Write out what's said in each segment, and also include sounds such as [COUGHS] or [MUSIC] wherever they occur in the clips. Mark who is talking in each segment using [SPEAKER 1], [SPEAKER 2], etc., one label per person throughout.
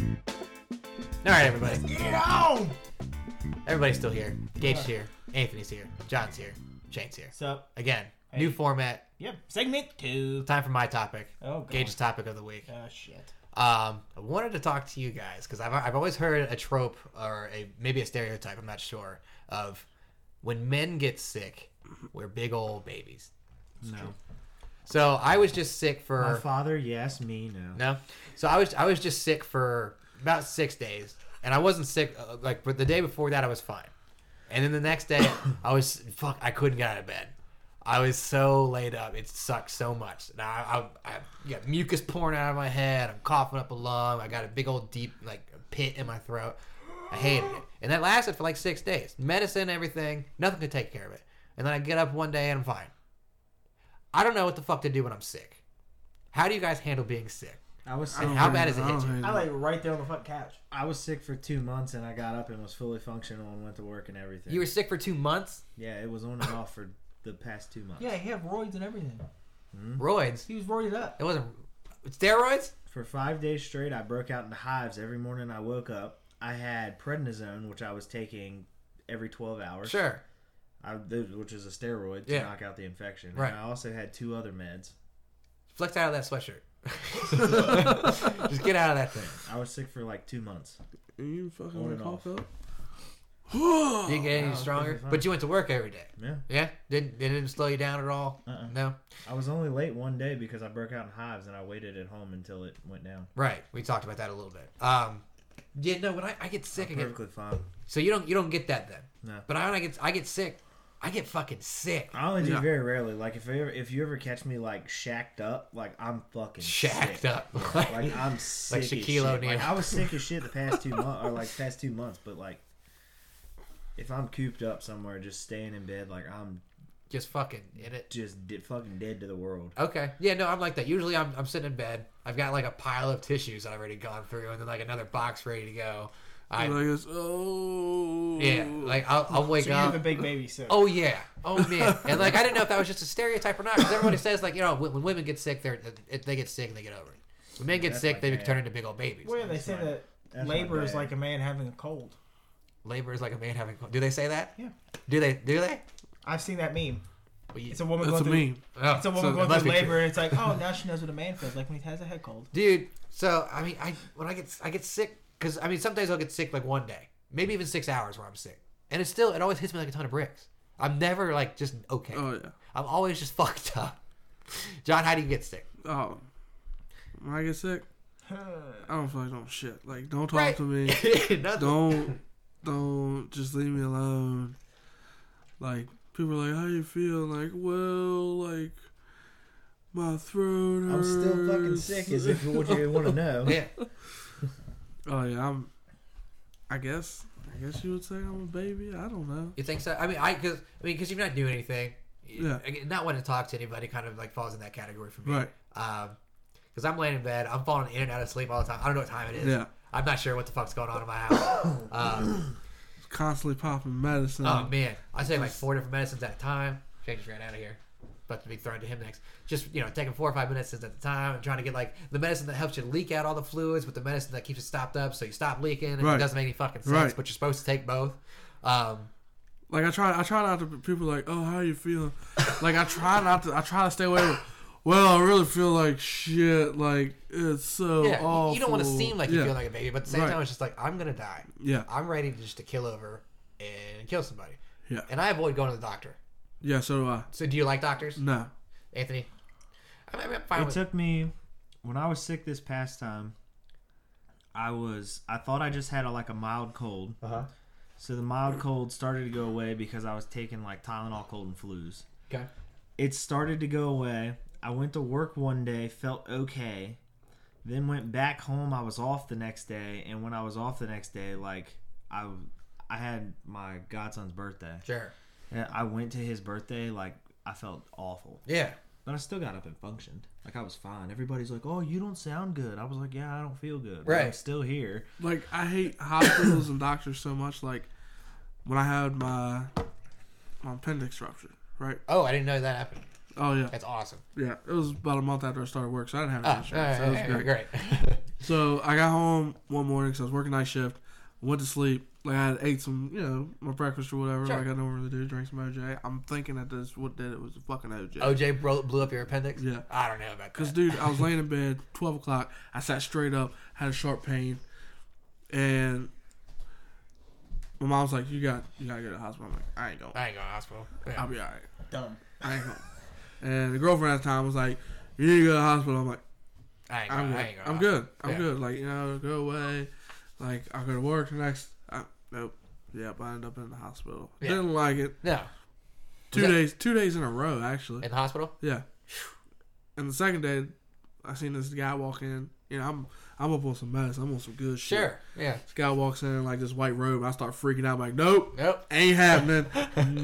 [SPEAKER 1] All right, everybody.
[SPEAKER 2] Get on!
[SPEAKER 1] Everybody's still here. Gage's here. Anthony's here. John's here. Shane's here.
[SPEAKER 2] What's up?
[SPEAKER 1] Again, new format.
[SPEAKER 2] Yep. Segment two.
[SPEAKER 1] Time for my topic.
[SPEAKER 2] Oh, God.
[SPEAKER 1] Gage's topic of the week.
[SPEAKER 2] Oh, shit.
[SPEAKER 1] Um, I wanted to talk to you guys because I've, I've always heard a trope or a maybe a stereotype. I'm not sure of when men get sick, we're big old babies.
[SPEAKER 3] No.
[SPEAKER 1] So I was just sick
[SPEAKER 3] My
[SPEAKER 1] for
[SPEAKER 3] father, yes. Me, no.
[SPEAKER 1] no. So I was I was just sick for about six days, and I wasn't sick uh, like but the day before that I was fine, and then the next day I was fuck I couldn't get out of bed. I was so laid up. It sucked so much. Now I, I, I got mucus pouring out of my head. I'm coughing up a lung. I got a big old deep like pit in my throat. I hated it, and that lasted for like six days. Medicine, everything, nothing could take care of it. And then I get up one day and I'm fine. I don't know what the fuck to do when I'm sick. How do you guys handle being sick?
[SPEAKER 3] I was sick.
[SPEAKER 1] And how bad does it hit you?
[SPEAKER 2] I lay right there on the fucking couch.
[SPEAKER 3] I was sick for two months, and I got up and was fully functional and went to work and everything.
[SPEAKER 1] You were sick for two months.
[SPEAKER 3] yeah, it was on and off for the past two months.
[SPEAKER 2] Yeah, he had roids and everything.
[SPEAKER 3] Hmm?
[SPEAKER 1] Roids.
[SPEAKER 2] He was roided up.
[SPEAKER 1] It wasn't steroids.
[SPEAKER 3] For five days straight, I broke out into hives every morning. I woke up. I had prednisone, which I was taking every twelve hours.
[SPEAKER 1] Sure.
[SPEAKER 3] I, th- which is a steroid to
[SPEAKER 1] Yeah.
[SPEAKER 3] knock out the infection.
[SPEAKER 1] Right.
[SPEAKER 3] And I also had two other meds.
[SPEAKER 1] Flex out of that
[SPEAKER 3] [LAUGHS]
[SPEAKER 1] sweatshirt. Just get out of that thing.
[SPEAKER 3] I was sick for like two months.
[SPEAKER 4] You fucking
[SPEAKER 3] On
[SPEAKER 4] want
[SPEAKER 3] and
[SPEAKER 4] to
[SPEAKER 3] off.
[SPEAKER 4] cough up?
[SPEAKER 3] Oh,
[SPEAKER 1] You didn't get any
[SPEAKER 3] wow,
[SPEAKER 1] stronger,
[SPEAKER 3] that's fine.
[SPEAKER 1] but you went to work every day.
[SPEAKER 3] Yeah.
[SPEAKER 1] Yeah, didn't it didn't slow you down at all.
[SPEAKER 3] Uh-uh.
[SPEAKER 1] No,
[SPEAKER 3] I was only late one day because I broke out in hives and I waited at home until it went down.
[SPEAKER 1] right. We talked about that a little bit. Um, yeah, no. When I, I get sick, I get
[SPEAKER 3] Perfectly fine.
[SPEAKER 1] so you don't you don't get that then.
[SPEAKER 3] No.
[SPEAKER 1] But I, when I get I get sick, I get fucking sick.
[SPEAKER 3] I only do
[SPEAKER 4] Yeah.
[SPEAKER 3] very rarely. Like if I ever, if you ever catch me like shacked up, like I'm fucking
[SPEAKER 1] Shacked
[SPEAKER 3] sick.
[SPEAKER 1] up.
[SPEAKER 3] Like I'm sick. as
[SPEAKER 1] Shaquille
[SPEAKER 3] shit. Like,
[SPEAKER 1] O'Neal.
[SPEAKER 3] I was sick as shit the past two months, or like past two months. But like, if I'm cooped up somewhere, just staying in bed, like I'm
[SPEAKER 1] [LAUGHS] Just fucking in it.
[SPEAKER 3] just de- fucking dead to the world.
[SPEAKER 1] Okay. Yeah, no, I'm like that. Usually I'm, I'm sitting in bed. I've got like a pile of tissues I've already gone through and then like another box ready to go. I
[SPEAKER 4] like it's oh
[SPEAKER 1] yeah, like I'll, I'll wake
[SPEAKER 2] So you
[SPEAKER 1] up.
[SPEAKER 2] have a big baby, so.
[SPEAKER 1] Oh yeah. Oh man. And like I didn't know if that was just a stereotype or not because everybody says like you know when, when women get sick they're if they get sick and they get over it. When men get
[SPEAKER 3] That's
[SPEAKER 1] sick
[SPEAKER 3] my
[SPEAKER 1] they
[SPEAKER 3] dad.
[SPEAKER 1] turn into big old babies.
[SPEAKER 2] Well, they say
[SPEAKER 3] my-
[SPEAKER 2] that
[SPEAKER 3] that's my
[SPEAKER 2] labor is
[SPEAKER 3] bad.
[SPEAKER 2] like a man having a cold.
[SPEAKER 1] Labor is like a man having. Do they say that?
[SPEAKER 2] Yeah.
[SPEAKER 1] Do they? Do they?
[SPEAKER 2] I've seen that meme.
[SPEAKER 1] Well, you-
[SPEAKER 2] It's a woman
[SPEAKER 4] that's
[SPEAKER 2] going
[SPEAKER 4] a
[SPEAKER 2] through.
[SPEAKER 4] meme.
[SPEAKER 1] oh,
[SPEAKER 2] It's a
[SPEAKER 1] so
[SPEAKER 2] woman
[SPEAKER 1] it
[SPEAKER 2] going
[SPEAKER 1] must
[SPEAKER 2] through
[SPEAKER 1] be true.
[SPEAKER 2] labor, and it's like, oh, now she knows what a man feels like when he has a head [LAUGHS] cold.
[SPEAKER 1] dude. So I mean, I when I get I get sick because I mean sometimes I'll get sick like one day, maybe even six hours where I'm sick, and it's still it always hits me like a ton of bricks. I'm never like just okay.
[SPEAKER 4] Oh yeah.
[SPEAKER 1] I'm always just [LAUGHS] fucked up. John, how do you get sick? [LAUGHS]
[SPEAKER 4] Oh, when I get sick, I don't feel like no shit. Like don't talk
[SPEAKER 1] Right.
[SPEAKER 4] to
[SPEAKER 1] [LAUGHS]
[SPEAKER 4] me.
[SPEAKER 1] Nothing.
[SPEAKER 4] don't don't just leave me alone. Like people are like, how you feel? Like well, like my throat
[SPEAKER 3] I'm
[SPEAKER 4] hurts.
[SPEAKER 3] still fucking sick, as if what you want
[SPEAKER 1] [LAUGHS]
[SPEAKER 3] to know. [LAUGHS]
[SPEAKER 1] Yeah.
[SPEAKER 4] Oh yeah, I'm. I guess. I guess you would say I'm a baby. I don't know.
[SPEAKER 1] You think so? I mean, I because I mean because you're not doing anything.
[SPEAKER 4] Yeah.
[SPEAKER 1] Again, Not wanting to talk to anybody kind of like falls in that category for me.
[SPEAKER 4] Right.
[SPEAKER 1] Um, because I'm laying in bed, I'm falling in and out of sleep all the time. I don't know what time it is.
[SPEAKER 4] Yeah.
[SPEAKER 1] I'm not sure what the fuck's going on in my
[SPEAKER 4] [COUGHS]
[SPEAKER 1] house. Um,
[SPEAKER 4] Constantly popping medicine.
[SPEAKER 1] Oh man, I take like four different medicines at a time. Jake just ran out of here. About to be thrown to him next. Just you know, taking four or five medicines at a time and trying to get like the medicine that helps you leak out all the fluids with the medicine that keeps it stopped up, so you stop leaking. And It
[SPEAKER 4] Right.
[SPEAKER 1] doesn't make any fucking sense,
[SPEAKER 4] Right.
[SPEAKER 1] but you're supposed to take both. Um,
[SPEAKER 4] Like I try, I try not to. People are like, oh, how you feeling? like I try not to. I try to stay away. With, well, I really feel like shit. Like it's so
[SPEAKER 1] yeah, you-
[SPEAKER 4] awful.
[SPEAKER 1] you don't want to seem like you
[SPEAKER 4] Yeah.
[SPEAKER 1] feel like a baby, but at the same
[SPEAKER 4] Right.
[SPEAKER 1] time, it's just like I'm gonna die.
[SPEAKER 4] Yeah,
[SPEAKER 1] I'm ready to just to kill over and kill somebody.
[SPEAKER 4] Yeah.
[SPEAKER 1] And I avoid going to the doctor.
[SPEAKER 4] yeah. So do I.
[SPEAKER 1] So do you like doctors,
[SPEAKER 4] No.
[SPEAKER 1] Anthony? I mean, I'm fine
[SPEAKER 3] It
[SPEAKER 1] with.
[SPEAKER 3] took me when I was sick this past time. I was I thought I just had a, like a mild cold.
[SPEAKER 1] Uh-huh.
[SPEAKER 3] So the mild cold started to go away because I was taking like Tylenol cold and flus.
[SPEAKER 1] okay.
[SPEAKER 3] It started to go away. I went to work one day, felt okay. Then went back home. I was off the next day, and when I was off the next day, like I I had my godson's birthday.
[SPEAKER 1] Sure.
[SPEAKER 3] And I went to his birthday like I felt awful.
[SPEAKER 1] Yeah.
[SPEAKER 3] But I still got up and functioned. Like I was fine. Everybody's like, "Oh, you don't sound good." I was like, "Yeah, I don't feel good." But I'm
[SPEAKER 1] Right.
[SPEAKER 3] still here.
[SPEAKER 4] Like I hate hospitals and doctors so much. Like when I had my my appendix rupture, right?
[SPEAKER 1] Oh, I didn't know that happened.
[SPEAKER 4] Oh yeah,
[SPEAKER 1] That's awesome.
[SPEAKER 4] yeah. It was about a month after I started work, so I didn't have any
[SPEAKER 1] Ah,
[SPEAKER 4] insurance. so it was
[SPEAKER 1] hey,
[SPEAKER 4] great.
[SPEAKER 1] great.
[SPEAKER 4] [LAUGHS] So I got home one morning because I was working night shift. Went to sleep. Like I had ate some, you know, my breakfast or whatever.
[SPEAKER 1] Sure.
[SPEAKER 4] Like I don't really do. Drank some OJ. I'm thinking that this what did it was fucking OJ.
[SPEAKER 1] OJ bro- blew up your appendix.
[SPEAKER 4] Yeah.
[SPEAKER 1] I don't know about
[SPEAKER 4] Cause
[SPEAKER 1] that.
[SPEAKER 4] dude, I was laying in bed, twelve o'clock. I sat straight up, had a sharp pain, and my mom's like, "You got, you gotta go to the hospital." I'm like, "I ain't going.
[SPEAKER 1] I ain't going to hospital. Yeah.
[SPEAKER 4] I'll be all right.
[SPEAKER 2] Dumb.
[SPEAKER 4] I ain't going." And the girlfriend at the time was like, "You need to go to the hospital." I'm like,
[SPEAKER 1] I ain't going.
[SPEAKER 4] "I'm
[SPEAKER 1] I
[SPEAKER 4] good.
[SPEAKER 1] ain't going to
[SPEAKER 4] I'm
[SPEAKER 1] hospital.
[SPEAKER 4] good. I'm
[SPEAKER 1] Yeah.
[SPEAKER 4] good. Like you know, go away. Like I'll go to work the next. I, nope. Yep. I ended up in the hospital.
[SPEAKER 1] Yeah.
[SPEAKER 4] Didn't like it.
[SPEAKER 1] No.
[SPEAKER 4] Two
[SPEAKER 1] that-
[SPEAKER 4] days. Two days in a row, actually.
[SPEAKER 1] In the hospital?
[SPEAKER 4] Yeah. And the second day, I seen this guy walk in. You know, I'm I'm up on some mess. I'm on some good shit.
[SPEAKER 1] Sure. Yeah.
[SPEAKER 4] This guy walks in in like this white robe. I start freaking out. I'm like, nope,
[SPEAKER 1] Nope.
[SPEAKER 4] ain't
[SPEAKER 1] [LAUGHS]
[SPEAKER 4] happening.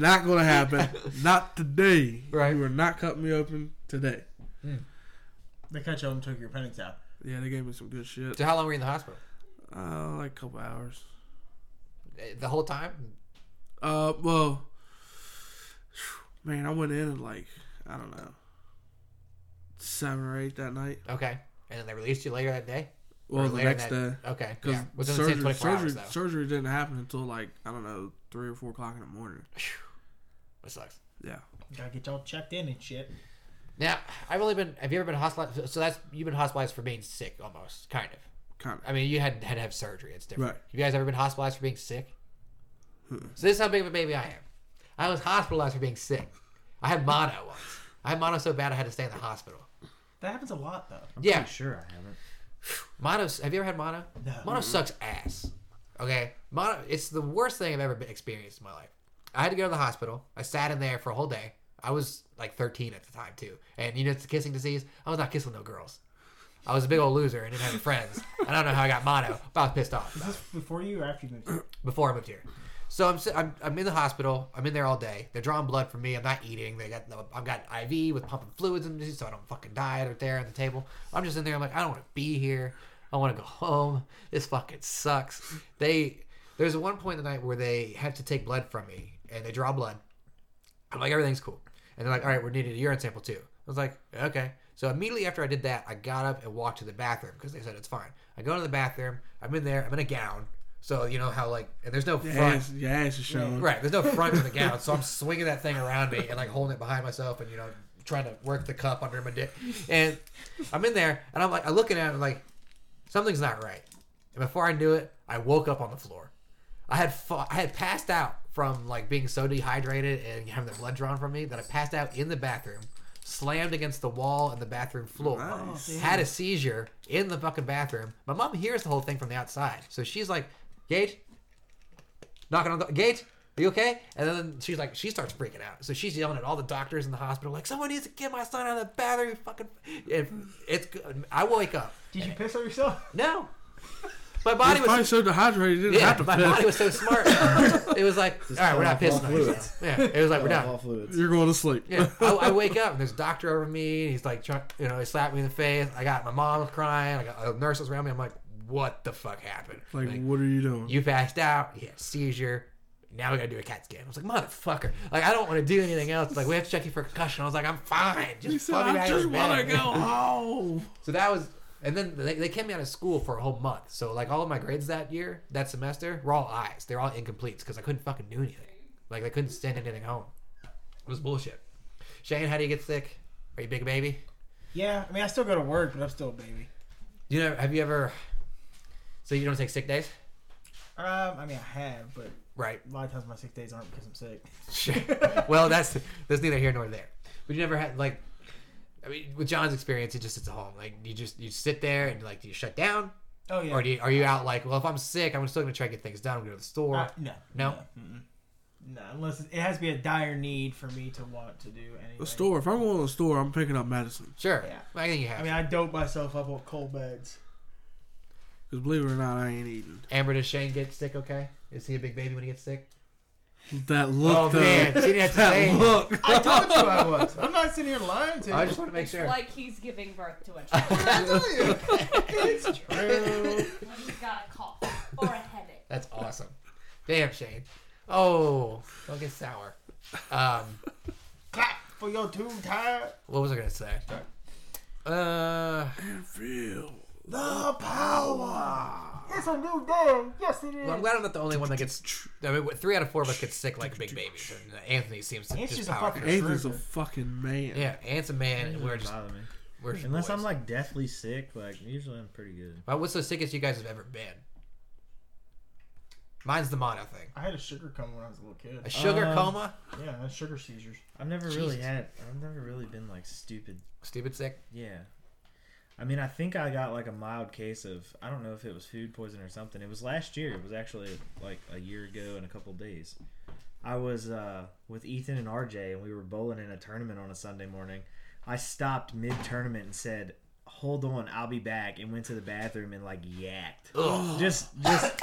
[SPEAKER 4] not gonna happen. Not today.
[SPEAKER 1] Right.
[SPEAKER 4] You are not cutting me open today.
[SPEAKER 2] They cut you open, took your appendix out.
[SPEAKER 4] Yeah, they gave me some good shit.
[SPEAKER 1] So how long were you in the hospital?
[SPEAKER 4] Uh, like a couple hours.
[SPEAKER 1] Eh, The whole time?
[SPEAKER 4] Uh, well, man, I went in at like I don't know, seven or eight that night.
[SPEAKER 1] Okay. And then they released you later that day? Or
[SPEAKER 4] Well, the
[SPEAKER 1] later
[SPEAKER 4] next
[SPEAKER 1] that-
[SPEAKER 4] day.
[SPEAKER 1] Okay.
[SPEAKER 4] Because
[SPEAKER 1] Yeah. Within the same
[SPEAKER 4] surgery,
[SPEAKER 1] 24
[SPEAKER 4] surgery,
[SPEAKER 1] hours, though.
[SPEAKER 4] surgery didn't happen until like I don't know three or four o'clock in the morning.
[SPEAKER 1] That sucks.
[SPEAKER 4] Yeah,
[SPEAKER 2] Gotta get y'all checked in and shit.
[SPEAKER 1] Now, I've only been. Have you ever been hospitalized? So that's you've been hospitalized for being sick, almost, kind of.
[SPEAKER 4] kind of.
[SPEAKER 1] I mean, you had had to have surgery. It's different.
[SPEAKER 4] Right.
[SPEAKER 1] You guys ever been hospitalized for being sick?
[SPEAKER 3] Hmm.
[SPEAKER 1] So this is how big of a baby I am. I was hospitalized for being sick. I had mono once. I had mono so bad I had to stay in the hospital.
[SPEAKER 2] That happens a lot though.
[SPEAKER 3] I'm
[SPEAKER 1] Yeah.
[SPEAKER 3] pretty sure I haven't.
[SPEAKER 1] Mono. Have you ever had mono?
[SPEAKER 2] No.
[SPEAKER 1] Mono sucks ass. Okay. Mono. It's the worst thing I've ever been experienced in my life. I had to go to the hospital. I sat in there for a whole day. I was like 13 at the time too, and you know it's a kissing disease. I was not kissing no girls. I was a big old loser and didn't have any friends. I don't know how I got mono, but I was pissed
[SPEAKER 3] [LAUGHS]
[SPEAKER 1] off.
[SPEAKER 2] Is this before you or after
[SPEAKER 1] [LAUGHS]
[SPEAKER 2] you moved? here?
[SPEAKER 1] before I moved here. So I'm, si- I'm I'm in the hospital. I'm in there all day. They're drawing blood from me. I'm not eating. They got I've got an IV with pumping fluids in me, so I don't fucking die out there on the table. I'm just in there. I'm like I don't want to be here. I want to go home. This fucking sucks. They there's one point in the night where they have to take blood from me and they draw blood. I'm like everything's cool, and they're like all right, we're needing a urine sample too. I was like okay. So immediately after I did that, I got up and walked to the bathroom because they said it's fine. I go to the bathroom. I'm in there. I'm in a gown. So you know how like and there's no
[SPEAKER 4] Your
[SPEAKER 1] front.
[SPEAKER 4] ass, your ass is showing.
[SPEAKER 1] Right, there's no front to the gown, so I'm swinging that thing around me and like holding it behind myself, and you know, trying to work the cup under my dick. And I'm in there, and I'm like, I'm looking at it, like something's not right. And before I knew it, I woke up on the floor. I had fa- I had passed out from like being so dehydrated and having the blood drawn from me that I passed out in the bathroom, slammed against the wall and the bathroom floor.
[SPEAKER 4] Nice.
[SPEAKER 1] Had a seizure in the fucking bathroom. My mom hears the whole thing from the outside, so she's like, "Gage, knocking on the gate. Are you okay? And then she's like, she starts freaking out. So she's yelling at all the doctors in the hospital, like, someone needs to get my son out of the bathroom. you Fucking, and it's. good. I wake up.
[SPEAKER 2] Did you piss on yourself?
[SPEAKER 1] No, my body
[SPEAKER 4] You're probably
[SPEAKER 1] was.
[SPEAKER 4] so dehydrated, you didn't
[SPEAKER 1] Yeah,
[SPEAKER 4] have to
[SPEAKER 1] my
[SPEAKER 4] piss.
[SPEAKER 1] body was so smart. it was like, all right, we're not
[SPEAKER 3] All
[SPEAKER 1] pissing on you.
[SPEAKER 3] fluids.
[SPEAKER 1] Yeah, it was like we're done.
[SPEAKER 3] All fluids.
[SPEAKER 4] You're going to sleep.
[SPEAKER 1] Yeah, I, I wake up and there's a doctor over me. And he's like, trying, you know, he slapped me in the face. I got my mom crying. I got uh, nurses around me. I'm like, what the fuck happened?
[SPEAKER 4] [LAUGHS] Like, what are you doing?
[SPEAKER 1] You passed out. You had a seizure. Now we gotta do a CAT scan. I was like, motherfucker. Like, I don't want to do anything else. Like, we have to check you for concussion. I was like, I'm fine. Just
[SPEAKER 4] He said,
[SPEAKER 1] fucking
[SPEAKER 4] I
[SPEAKER 1] out
[SPEAKER 4] just
[SPEAKER 1] of bed." [LAUGHS]
[SPEAKER 4] want to go home.
[SPEAKER 1] So that was, and then they, they kept me out of school for a whole month. So like, all of my grades that year, that semester, were all I's. They're all incompletes because I couldn't fucking do anything. Like, I couldn't send anything home. It was bullshit. Shane, how do you get sick? Are you big baby?
[SPEAKER 2] Yeah, I mean I still go to work, but I'm still a baby.
[SPEAKER 1] You know, have you ever? So you don't take sick days,
[SPEAKER 2] Um, I mean I have, but
[SPEAKER 1] right?
[SPEAKER 2] a lot of times my sick days aren't because I'm sick.
[SPEAKER 1] Sure. [LAUGHS] well, that's that's neither here nor there. But you never had like, I mean, with John's experience, he just sits at home. Like you just you sit there and like do you shut down,
[SPEAKER 2] Oh yeah.
[SPEAKER 1] or do you, are you out like, well, if I'm sick, I'm still gonna try to get things done. I'm gonna go to the store.
[SPEAKER 2] Uh, no.
[SPEAKER 1] No?
[SPEAKER 2] mm-mm. No, unless it has to be a dire need for me to want to do anything.
[SPEAKER 4] The store. If I'm going to the store, I'm picking up medicine.
[SPEAKER 1] sure.
[SPEAKER 2] Yeah.
[SPEAKER 1] I think you have.
[SPEAKER 2] I mean, I dope myself up on cold beds.
[SPEAKER 4] Because believe it or not, I ain't eating.
[SPEAKER 1] Amber, does Shane get sick? Okay, is he a big baby when he gets sick?
[SPEAKER 4] That look,
[SPEAKER 1] Oh,
[SPEAKER 4] though.
[SPEAKER 1] man, she didn't have to
[SPEAKER 4] [LAUGHS] that
[SPEAKER 1] say it.
[SPEAKER 4] look.
[SPEAKER 2] I told you I was. [LAUGHS] I'm not sitting here lying to you.
[SPEAKER 1] I just want to make
[SPEAKER 5] It's
[SPEAKER 1] sure.
[SPEAKER 5] like he's giving birth to a child [LAUGHS]
[SPEAKER 2] I told you. It's true.
[SPEAKER 5] when he's got a cough or a headache.
[SPEAKER 1] That's awesome. Damn, Shane. Oh, don't get sour. Um,
[SPEAKER 2] Clap. for your too tired.
[SPEAKER 1] What was I gonna say? Uh,
[SPEAKER 4] And feel.
[SPEAKER 2] The power. It's a new day. Yes, it is.
[SPEAKER 1] well, I'm glad I'm not the only one that gets. I mean, what- three out of four of us get sick like big babies, and uh, Anthony seems to
[SPEAKER 2] It's
[SPEAKER 1] just
[SPEAKER 2] just a
[SPEAKER 1] power.
[SPEAKER 2] fucking-
[SPEAKER 1] through.
[SPEAKER 4] Anthony's a
[SPEAKER 2] Trigger.
[SPEAKER 4] fucking man.
[SPEAKER 1] Yeah, Ant's a man, and
[SPEAKER 3] Doesn't
[SPEAKER 1] we're just
[SPEAKER 3] bother me.
[SPEAKER 1] we're just
[SPEAKER 3] Unless
[SPEAKER 1] boys.
[SPEAKER 3] I'm like deathly sick, like usually I'm pretty good.
[SPEAKER 1] Well, what's the sickest you guys have ever been? Mine's the mono thing.
[SPEAKER 2] I had a sugar coma when I was a little
[SPEAKER 1] A
[SPEAKER 2] kid.
[SPEAKER 1] sugar
[SPEAKER 3] Um,
[SPEAKER 1] coma.
[SPEAKER 2] Yeah, I had sugar seizures.
[SPEAKER 3] I've never really
[SPEAKER 1] Jesus.
[SPEAKER 3] had. I've never really been like stupid.
[SPEAKER 1] Stupid sick.
[SPEAKER 3] Yeah. I mean, I think I got like a mild case of I don't know if it was food poison or something. It was last year. It was actually like a year ago and a couple days. I was uh, with Ethan and RJ and we were bowling in a tournament on a Sunday morning. I stopped mid tournament and said, "Hold on, I'll be back," and went to the bathroom and like yacked. Just, just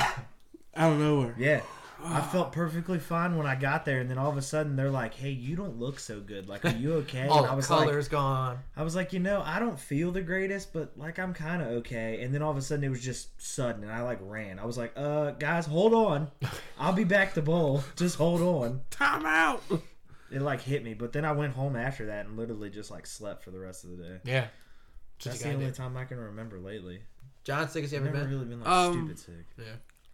[SPEAKER 4] Out of nowhere.
[SPEAKER 3] Yeah. I felt perfectly fine when I got there, and then all of a sudden they're like, "Hey, you don't look so good. Like, are you okay?"
[SPEAKER 1] All
[SPEAKER 3] and I
[SPEAKER 1] the
[SPEAKER 3] was like,
[SPEAKER 1] colors gone.
[SPEAKER 3] "I was like, you know, I don't feel the greatest, but like I'm kind of okay." And then all of a sudden it was just sudden, and I like ran. I was like, "Uh, guys, hold [LAUGHS] on, I'll be back to bowl. Just hold on."
[SPEAKER 4] [LAUGHS] Time out.
[SPEAKER 3] It like hit me, but then I went home after that and literally just like slept for the rest of the day.
[SPEAKER 1] Yeah. Just
[SPEAKER 3] That's the only time I can remember lately.
[SPEAKER 1] John, sickest you
[SPEAKER 3] I've
[SPEAKER 1] ever
[SPEAKER 3] never
[SPEAKER 1] been?
[SPEAKER 3] really been like
[SPEAKER 4] Um,
[SPEAKER 3] stupid sick.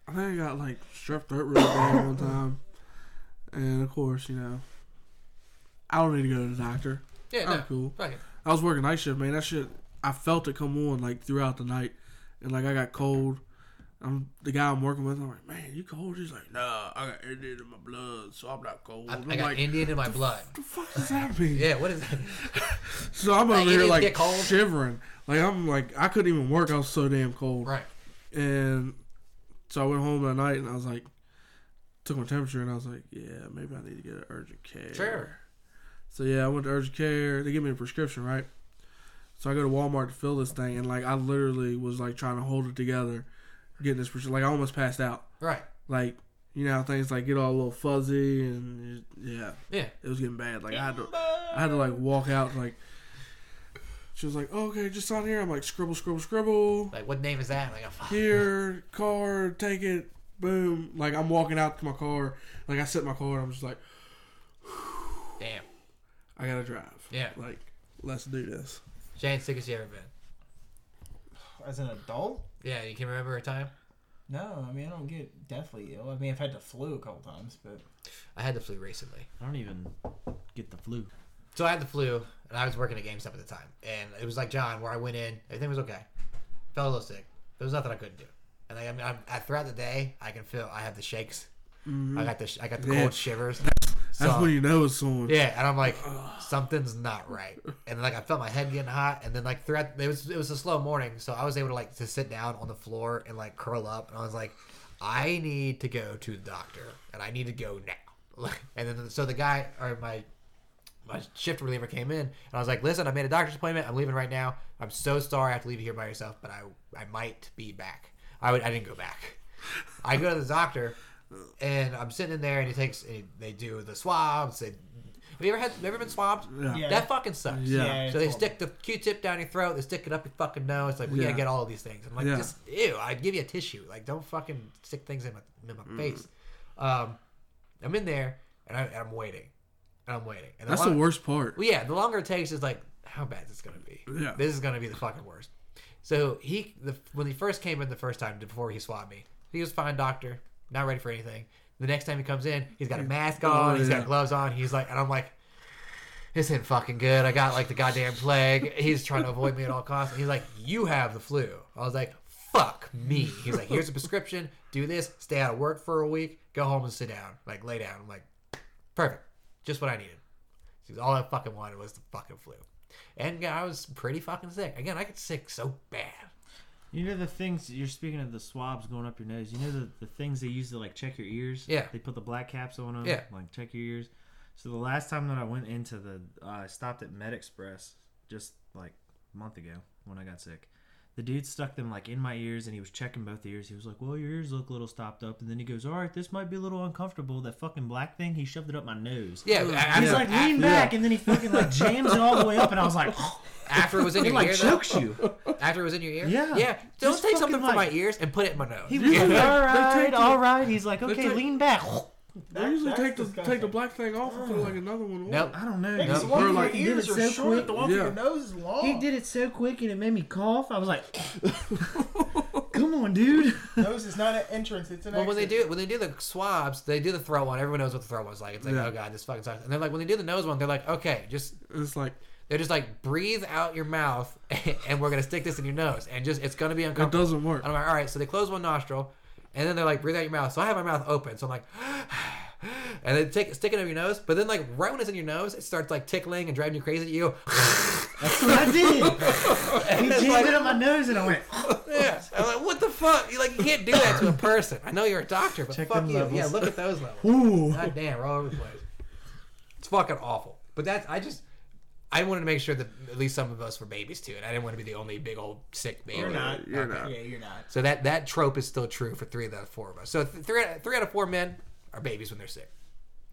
[SPEAKER 4] I think I got like strep throat really bad [COUGHS] one time, and of course, you know, I don't need to go to the doctor.
[SPEAKER 1] Yeah.
[SPEAKER 4] I'm
[SPEAKER 1] No.
[SPEAKER 4] cool.
[SPEAKER 1] Fuck it.
[SPEAKER 4] I was working night shift, man. That shit, I felt it come on like throughout the night, and like I got cold. I'm the guy I'm working with. I'm like, man, you cold? He's like, nah, I got Indian in my blood, so I'm not cold.
[SPEAKER 1] I,
[SPEAKER 4] am
[SPEAKER 1] I got
[SPEAKER 4] like,
[SPEAKER 1] Indian in my blood.
[SPEAKER 4] what the fuck does that
[SPEAKER 1] [LAUGHS]
[SPEAKER 4] mean?
[SPEAKER 1] Yeah. What is
[SPEAKER 4] [LAUGHS]
[SPEAKER 1] that?
[SPEAKER 4] So I'm
[SPEAKER 1] Like,
[SPEAKER 4] over
[SPEAKER 1] you
[SPEAKER 4] here
[SPEAKER 1] didn't
[SPEAKER 4] like
[SPEAKER 1] get cold?
[SPEAKER 4] shivering. Like I'm like I couldn't even work. I was so damn cold.
[SPEAKER 1] right.
[SPEAKER 4] And so I went home that night and I was like, took my temperature and I was like, yeah, maybe I need to get urgent care.
[SPEAKER 1] Sure.
[SPEAKER 4] So yeah, I went to urgent care. They give me a prescription, right? So I go to Walmart to fill this thing, and like I literally was like trying to hold it together, getting this prescription. Like I almost passed out.
[SPEAKER 1] Right.
[SPEAKER 4] Like you know how things like get all a little fuzzy and yeah,
[SPEAKER 1] Yeah.
[SPEAKER 4] it was getting bad. Like I had to, I had to like walk out. Like she was like, "Oh, okay, just sign here. I'm like scribble, scribble, scribble
[SPEAKER 1] Like what name is that? Like a fuck.
[SPEAKER 4] here, car, take it, boom. Like I'm walking out to my car, like I sit in my car, and I'm just like,
[SPEAKER 1] Damn.
[SPEAKER 4] I gotta drive.
[SPEAKER 1] Yeah.
[SPEAKER 4] Like, let's do this.
[SPEAKER 1] Shane, sickest you ever been?
[SPEAKER 2] As an adult?
[SPEAKER 1] Yeah. You can remember a time?
[SPEAKER 2] No, I mean I don't get deathly ill. I mean I've had the flu a couple times, but
[SPEAKER 1] I had the flu recently.
[SPEAKER 3] I don't even get the flu.
[SPEAKER 1] So I had the flu, and I was working at GameStop at the time, and it was like John, where I went in, everything was okay. Felt a little sick. There was nothing I couldn't do, and I, I mean, I'm, I, throughout the day, I can feel I have the shakes. I got the sh- I got the
[SPEAKER 4] Mm-hmm. Yeah.
[SPEAKER 1] cold shivers.
[SPEAKER 4] That's
[SPEAKER 1] So-
[SPEAKER 4] when you know it's on.
[SPEAKER 1] yeah, and I'm like, something's not right. And like I felt my head getting hot, and then like throughout it was it was a slow morning, so I was able to like to sit down on the floor and like curl up, and I was like, I need to go to the doctor, and I need to go now. [LAUGHS] Like, and then so the guy or my my shift reliever came in, and I was like, listen, I made a doctor's appointment. I'm leaving right now. I'm so sorry I have to leave you here by yourself, but I I might be back. I would I didn't go back. I go to the doctor, and I'm sitting in there, and he takes. and They do the swabs. They, have you ever had? Ever been swabbed?
[SPEAKER 4] Yeah.
[SPEAKER 2] Yeah.
[SPEAKER 1] That fucking sucks.
[SPEAKER 4] Yeah.
[SPEAKER 2] it's
[SPEAKER 1] So they
[SPEAKER 2] horrible.
[SPEAKER 1] stick the Q-tip down your throat. They stick it up your fucking nose. Like we
[SPEAKER 4] Yeah.
[SPEAKER 1] gotta get all of these things. I'm like,
[SPEAKER 4] Yeah.
[SPEAKER 1] just ew. I'd give you a tissue. Like don't fucking stick things in my in my
[SPEAKER 4] Mm.
[SPEAKER 1] face. Um, I'm in there, and, I, and I'm waiting, and I'm waiting. And
[SPEAKER 4] That's
[SPEAKER 1] long-
[SPEAKER 4] the worst part.
[SPEAKER 1] Well, yeah. The longer it takes, is like how bad is this gonna be?
[SPEAKER 4] Yeah.
[SPEAKER 1] This is gonna be the fucking worst. So he, the, when he first came in the first time before he swabbed me, he was fine, doctor, not ready for anything. The next time he comes in, he's got a mask on,
[SPEAKER 4] Oh,
[SPEAKER 1] he's
[SPEAKER 4] yeah.
[SPEAKER 1] got gloves on. He's like, and I'm like, this isn't fucking good. I got like the goddamn plague. He's trying to avoid me at all costs. He's like, you have the flu. I was like, fuck me. He's like, here's a prescription. Do this. Stay out of work for a week. Go home and sit down. Like lay down. I'm like, perfect. Just what I needed. Because all I fucking wanted was the fucking flu. And yeah, I was pretty fucking sick. Again, I get sick so bad.
[SPEAKER 3] You know the things you're speaking of the swabs going up your nose. You know the, the things they use to like check your ears.
[SPEAKER 1] Yeah.
[SPEAKER 3] They put the black caps on them.
[SPEAKER 1] Yeah.
[SPEAKER 3] Like check your ears. So the last time that I went into the, uh, I stopped at Med Express just like a month ago when I got sick. The dude stuck them like in my ears and he was checking both ears. He was like, "Well, your ears look a little stopped up." And then he goes, "All right, this might be a little uncomfortable." That fucking black thing. He shoved it up my nose.
[SPEAKER 1] Yeah, I, I,
[SPEAKER 3] He's like, lean back, and then he fucking like jams it all the way up, and I
[SPEAKER 1] [LAUGHS]
[SPEAKER 3] was like,
[SPEAKER 1] after it was in
[SPEAKER 3] it
[SPEAKER 1] your
[SPEAKER 3] like
[SPEAKER 1] ear. though- [LAUGHS]
[SPEAKER 3] chokes you.
[SPEAKER 1] After it was in your ear.
[SPEAKER 3] Yeah.
[SPEAKER 1] yeah. Don't
[SPEAKER 3] Just
[SPEAKER 1] take
[SPEAKER 3] fucking
[SPEAKER 1] something from my
[SPEAKER 3] like-
[SPEAKER 1] ears and put it in my nose.
[SPEAKER 3] He was like,
[SPEAKER 4] Yeah.
[SPEAKER 3] all
[SPEAKER 4] They
[SPEAKER 3] right,
[SPEAKER 4] take
[SPEAKER 3] all right. He's like, okay,
[SPEAKER 4] take-
[SPEAKER 3] lean back.
[SPEAKER 4] They usually
[SPEAKER 2] that's
[SPEAKER 4] take the
[SPEAKER 2] disgusting.
[SPEAKER 4] take the black thing off and put like another one on.
[SPEAKER 1] Nope.
[SPEAKER 3] I don't know.
[SPEAKER 2] Hey,
[SPEAKER 3] dude.
[SPEAKER 2] 'cause
[SPEAKER 1] No.
[SPEAKER 2] the one
[SPEAKER 4] Or
[SPEAKER 2] for
[SPEAKER 4] like-
[SPEAKER 2] your
[SPEAKER 3] He did
[SPEAKER 2] ears
[SPEAKER 3] it
[SPEAKER 2] are
[SPEAKER 3] so
[SPEAKER 2] short,
[SPEAKER 3] quick.
[SPEAKER 2] the one for
[SPEAKER 4] Yeah.
[SPEAKER 2] your nose is long.
[SPEAKER 3] He did it so quick and it made me cough. I was like, [LAUGHS] "Come on, dude." [LAUGHS]
[SPEAKER 2] Nose is not an entrance; it's an.
[SPEAKER 1] Well, when they
[SPEAKER 2] exit.
[SPEAKER 1] do when they do the swabs, they do the throat one. Everyone knows what the throat one's like. It's like,
[SPEAKER 4] Yeah.
[SPEAKER 1] oh god, this fucking sucks. And they're like, when they do the nose one, they're like, okay, just
[SPEAKER 4] It's like
[SPEAKER 1] they're just like breathe out your mouth, [LAUGHS] and we're gonna stick this in your nose, and just it's gonna be
[SPEAKER 4] it
[SPEAKER 1] uncomfortable.
[SPEAKER 4] doesn't work.
[SPEAKER 1] And I'm like, all right. So they close one nostril, and then they're like, breathe out your mouth. So I have my mouth open. So I'm like, [SIGHS] and then take stick it up your nose. But then like right when it's in your nose, it starts like tickling and driving you crazy.
[SPEAKER 3] [LAUGHS]
[SPEAKER 1] You, [LAUGHS]
[SPEAKER 3] That's what I did.
[SPEAKER 1] and
[SPEAKER 3] He
[SPEAKER 1] it's
[SPEAKER 3] jammed
[SPEAKER 1] like,
[SPEAKER 3] it up my nose and I went.
[SPEAKER 1] [LAUGHS] yeah. I'm like, what the fuck? You like you can't do that to a person. I know you're a doctor, but
[SPEAKER 3] Check
[SPEAKER 1] fuck
[SPEAKER 3] them
[SPEAKER 1] you. Yeah,
[SPEAKER 3] levels.
[SPEAKER 1] look at those levels.
[SPEAKER 3] Ooh.
[SPEAKER 1] God damn, we're all over the place. It's fucking awful. But that's I just I wanted to make sure that at least some of us were babies too, and I didn't want to be the only big old sick baby.
[SPEAKER 2] You're not.
[SPEAKER 4] You're
[SPEAKER 1] Okay.
[SPEAKER 4] not.
[SPEAKER 2] Yeah, you're not.
[SPEAKER 1] So that that trope is still true for three of the four of us. So th- three out- three out of four men are babies when they're sick.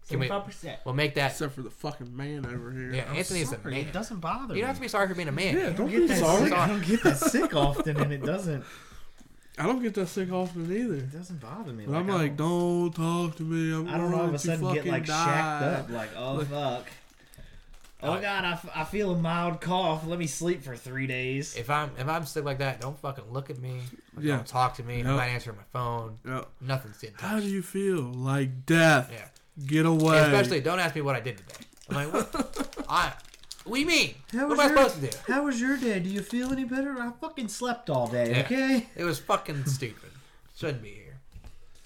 [SPEAKER 1] Can we-
[SPEAKER 2] Seventy-five percent.
[SPEAKER 1] We'll make that.
[SPEAKER 4] Except for the fucking man over here.
[SPEAKER 1] Yeah, Anthony's a
[SPEAKER 3] Sorry,
[SPEAKER 1] man.
[SPEAKER 3] It doesn't bother
[SPEAKER 1] You don't
[SPEAKER 3] me.
[SPEAKER 1] have to be sorry for being a man.
[SPEAKER 4] Yeah,
[SPEAKER 1] man.
[SPEAKER 4] don't
[SPEAKER 3] I don't
[SPEAKER 4] be
[SPEAKER 3] get that
[SPEAKER 4] sorry.
[SPEAKER 3] sick- I don't get that sick often, and it doesn't.
[SPEAKER 4] I don't get that sick often either.
[SPEAKER 3] It doesn't bother me.
[SPEAKER 4] But I'm
[SPEAKER 3] I
[SPEAKER 4] like, don't talk to me. I'm
[SPEAKER 3] I don't all
[SPEAKER 4] going
[SPEAKER 3] of a
[SPEAKER 4] to
[SPEAKER 3] sudden get
[SPEAKER 4] fucking
[SPEAKER 3] like
[SPEAKER 4] die.
[SPEAKER 3] shacked up. Like, oh fuck. Oh
[SPEAKER 1] Like-
[SPEAKER 3] god, I, f- I feel a mild cough. Let me sleep for three days.
[SPEAKER 1] If I'm if I'm sick like that, don't fucking look at me.
[SPEAKER 4] Yeah.
[SPEAKER 1] Don't talk to me. I'm
[SPEAKER 4] Nope.
[SPEAKER 1] not answering my phone.
[SPEAKER 4] Yep.
[SPEAKER 1] Nothing's getting
[SPEAKER 4] How
[SPEAKER 1] touched.
[SPEAKER 4] do you feel? Like death.
[SPEAKER 1] Yeah.
[SPEAKER 4] Get away.
[SPEAKER 1] And especially don't ask me what I did today. I'm like,
[SPEAKER 4] [LAUGHS]
[SPEAKER 1] what? I. What do you mean?
[SPEAKER 3] How
[SPEAKER 1] what
[SPEAKER 3] was
[SPEAKER 1] am I
[SPEAKER 3] your-
[SPEAKER 1] supposed to do?
[SPEAKER 3] How was your day? Do you feel any better? I fucking slept all day.
[SPEAKER 1] Yeah.
[SPEAKER 3] Okay.
[SPEAKER 1] It was fucking stupid. Shouldn't be here.